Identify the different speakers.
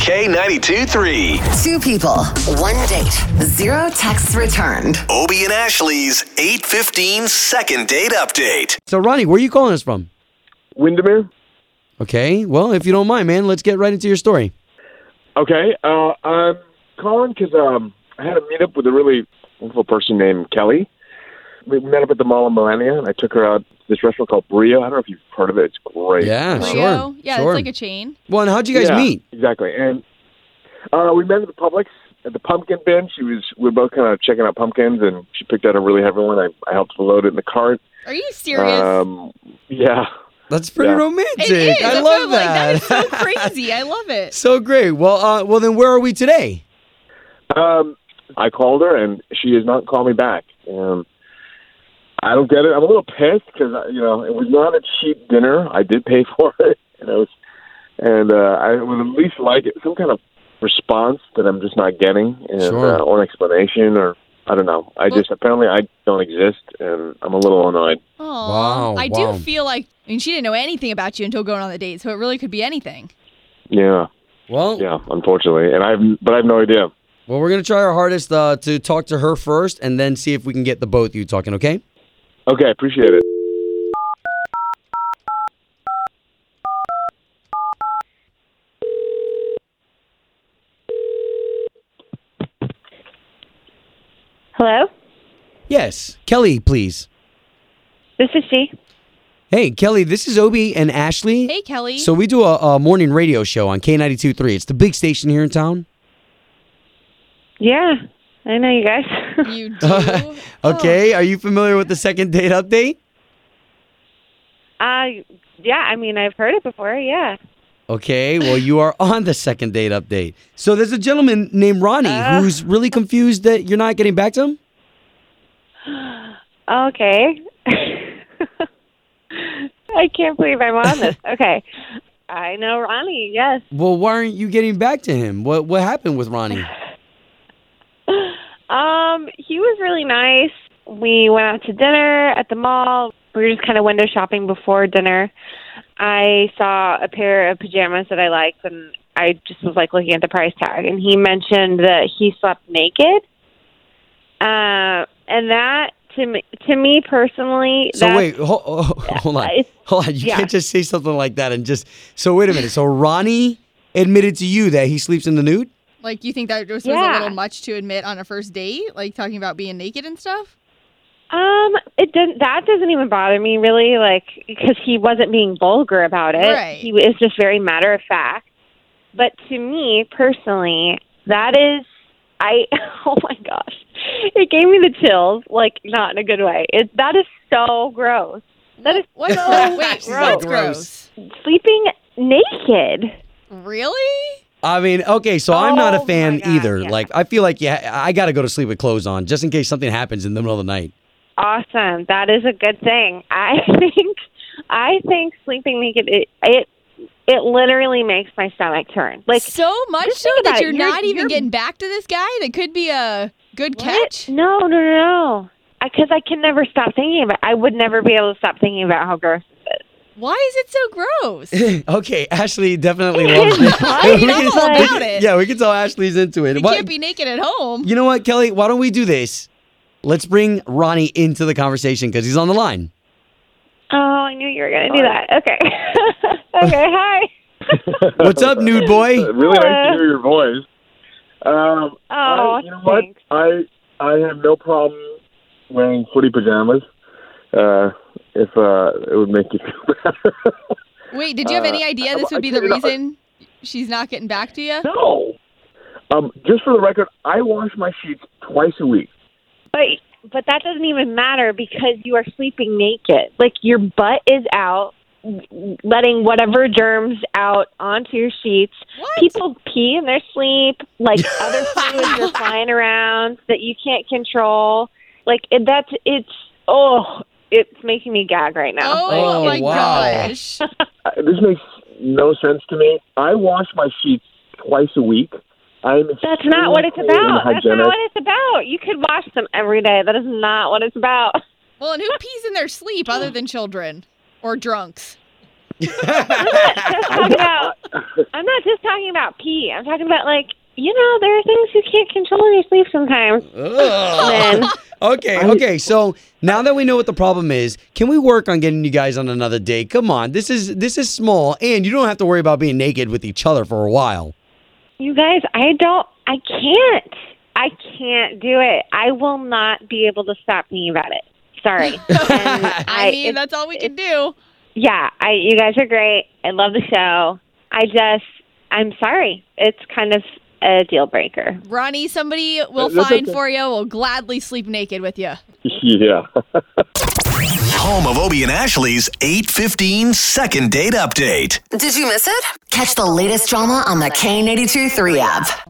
Speaker 1: K92 3.
Speaker 2: Two people, one date, zero texts returned.
Speaker 1: Obie and Ashley's 815 second date update.
Speaker 3: So, Ronnie, where are you calling us from?
Speaker 4: Windermere.
Speaker 3: Okay. Well, if you don't mind, man, let's get right into your story.
Speaker 4: Okay, uh, I'm calling because um, I had a meetup with a really wonderful person named Kelly. We met up at the Mall of Millennia, and I took her out to this restaurant called Brio. I don't know if you've heard of it. It's great.
Speaker 3: Yeah,
Speaker 5: Rio.
Speaker 3: sure.
Speaker 5: Yeah,
Speaker 3: sure.
Speaker 5: it's like a chain.
Speaker 3: Well, and how'd you guys
Speaker 4: Yeah,
Speaker 3: meet?
Speaker 4: Exactly. And uh, we met at the Publix at the pumpkin bin. She was we were both kind of checking out pumpkins, and she picked out a really heavy one. I, I helped load it in the cart.
Speaker 5: Are you serious?
Speaker 4: Um, yeah.
Speaker 3: That's pretty
Speaker 4: Yeah.
Speaker 3: romantic.
Speaker 5: it
Speaker 3: I
Speaker 5: is. That's what
Speaker 3: love
Speaker 5: I'm like, that is
Speaker 3: that.
Speaker 5: so crazy. I love it.
Speaker 3: so great. Well, uh, well, then where are we today?
Speaker 4: Um, I called her, and she has not called me back. Um, I don't get it. I'm a little pissed because you know it was not a cheap dinner. I did pay for it, and I was, and uh, I would at least like it, some kind of response that I'm just not getting, and,
Speaker 3: Sure.
Speaker 4: uh, or an explanation, or I don't know. I just apparently I don't exist, and I'm a little annoyed.
Speaker 5: Oh,
Speaker 3: Wow,
Speaker 5: I
Speaker 3: wow.
Speaker 5: do feel like I mean she didn't know anything about you until going on the date, so it really could be anything.
Speaker 4: Yeah,
Speaker 3: Well,
Speaker 4: yeah, unfortunately, and I've but I have no idea.
Speaker 3: well, we're gonna try our hardest uh, to talk to her first, and then see if we can get the both of you talking. Okay?
Speaker 4: Okay, I appreciate it.
Speaker 6: Hello,
Speaker 3: Yes, Kelly, please.
Speaker 6: this is she.
Speaker 3: Hey, Kelly, this is Obi and Ashley.
Speaker 5: Hey, Kelly.
Speaker 3: So we do a, a morning radio show on K92.3. It's the big station here in town.
Speaker 6: Yeah, I know you guys.
Speaker 5: you do.
Speaker 3: okay,
Speaker 5: oh.
Speaker 3: are you familiar with the second date update?
Speaker 6: uh, yeah, I mean, I've heard it before. Yeah.
Speaker 3: Okay, well, you are on the second date update. So there's a gentleman named Ronnie
Speaker 6: Ah.
Speaker 3: who's really confused that you're not getting back to him.
Speaker 6: Okay. I can't believe I'm on this. Okay. I know Ronnie. Yes.
Speaker 3: Well, why aren't you getting back to him? What what happened with Ronnie?
Speaker 6: Um, he was really nice. We went out to dinner at the mall. We were just kind of window shopping before dinner. I saw a pair of pajamas that I liked, and I just was like looking at the price tag. And he mentioned that he slept naked. Uh, and that to me, to me personally,
Speaker 3: So
Speaker 6: that's,
Speaker 3: wait, ho- ho- hold on,
Speaker 6: it's-
Speaker 3: hold on. You
Speaker 6: yeah.
Speaker 3: can't just say something like that and just. So wait a minute. So Ronnie admitted to you that he sleeps in the nude.
Speaker 5: Oh, Like you think that just was a
Speaker 6: Yeah.
Speaker 5: little much to admit on a first date, like talking about being naked and stuff?
Speaker 6: um, it doesn't. That doesn't even bother me really, like because he wasn't being vulgar about it.
Speaker 5: Right.
Speaker 6: He was just very matter of fact. But to me personally, that is I oh my gosh. It gave me the chills, like not in a good way. It that is so gross. That is
Speaker 5: What? Oh,
Speaker 6: so
Speaker 5: wait,
Speaker 6: gross.
Speaker 5: what's gross?
Speaker 6: Sleeping naked.
Speaker 5: Really?
Speaker 3: I mean, okay, so I'm not
Speaker 6: Oh
Speaker 3: a
Speaker 6: my
Speaker 3: fan
Speaker 6: God,
Speaker 3: either.
Speaker 6: yeah.
Speaker 3: Like, I feel like yeah, I got to go to sleep with clothes on just in case something happens in the middle of the night.
Speaker 6: Awesome. That is a good thing. I think I think sleeping naked it it, it literally makes my stomach turn. Like
Speaker 5: so much
Speaker 6: just
Speaker 5: so
Speaker 6: think about
Speaker 5: that
Speaker 6: it.
Speaker 5: you're,
Speaker 6: You're-
Speaker 5: not even
Speaker 6: you're-
Speaker 5: getting back to this guy that could be a good catch.
Speaker 6: No, no, no, no. Because I can never stop thinking about. I would never be able to stop thinking about how gross this is.
Speaker 5: Why is it so gross?
Speaker 3: Okay, Ashley definitely
Speaker 6: It
Speaker 3: loves
Speaker 6: is
Speaker 3: it.
Speaker 6: not.
Speaker 3: We
Speaker 6: You
Speaker 3: can-
Speaker 6: know
Speaker 3: we
Speaker 6: all
Speaker 3: can-
Speaker 5: about it.
Speaker 3: Yeah, we can tell Ashley's into it.
Speaker 5: you
Speaker 3: Why-
Speaker 5: can't be naked at home.
Speaker 3: you know what, Kelly? Why don't we do this? Let's bring Ronnie into the conversation because he's on the line.
Speaker 6: Oh, I knew you were gonna do that. Okay. okay. Hi.
Speaker 3: What's up, nude boy?
Speaker 4: Uh, really nice to hear your voice. Um,
Speaker 6: Oh,
Speaker 4: I, you know what?
Speaker 6: thanks.
Speaker 4: I I have no problem wearing footy pajamas. Uh, if uh, it would make you feel better.
Speaker 5: Wait, did you have any
Speaker 4: Uh,
Speaker 5: idea
Speaker 4: I-
Speaker 5: this
Speaker 4: I
Speaker 5: would be the
Speaker 4: couldn't-
Speaker 5: reason she's not getting back to you?
Speaker 4: no. Um, just for the record, I wash my sheets twice a week.
Speaker 6: But but that doesn't even matter because you are sleeping naked. Like your butt is out, letting whatever germs out onto your sheets.
Speaker 5: What?
Speaker 6: People pee in their sleep. Like other fluids are flying around that you can't control. Like it, that's it's oh, it's making me gag right now.
Speaker 5: Oh,
Speaker 3: Oh,
Speaker 5: my
Speaker 3: wow.
Speaker 5: gosh.
Speaker 4: Uh, This makes no sense to me. I wash my sheets twice a week. I'm
Speaker 6: That's not what it's
Speaker 4: extremely clean and
Speaker 6: about. That's
Speaker 4: hygienic.
Speaker 6: not what it's about. You could wash them every day. That is not what it's about.
Speaker 5: Well, and who pees in their sleep other than children or drunks?
Speaker 6: just talking about. I'm not just talking about pee. I'm talking about like you know there are things you can't control in your sleep sometimes.
Speaker 3: Ugh.
Speaker 6: Then
Speaker 3: okay, okay. So now that we know what the problem is, can we work on getting you guys on another date? Come on, this is this is small, and you don't have to worry about being naked with each other for a while.
Speaker 6: you guys, I don't. I can't. I can't do it. I will not be able to stop thinking about it. Sorry. And
Speaker 5: I, mean,
Speaker 6: it's-
Speaker 5: that's all we can do.
Speaker 6: Yeah, I you guys are great. I love the show. I just I'm sorry. It's kind of a deal breaker.
Speaker 5: Ronnie, somebody will
Speaker 4: that's
Speaker 5: find
Speaker 4: okay.
Speaker 5: for you. Will gladly sleep naked with you.
Speaker 4: Yeah.
Speaker 1: Home of Obie and Ashley's 815 second date update.
Speaker 2: Did you miss it? Catch the latest drama on the K82 3 app.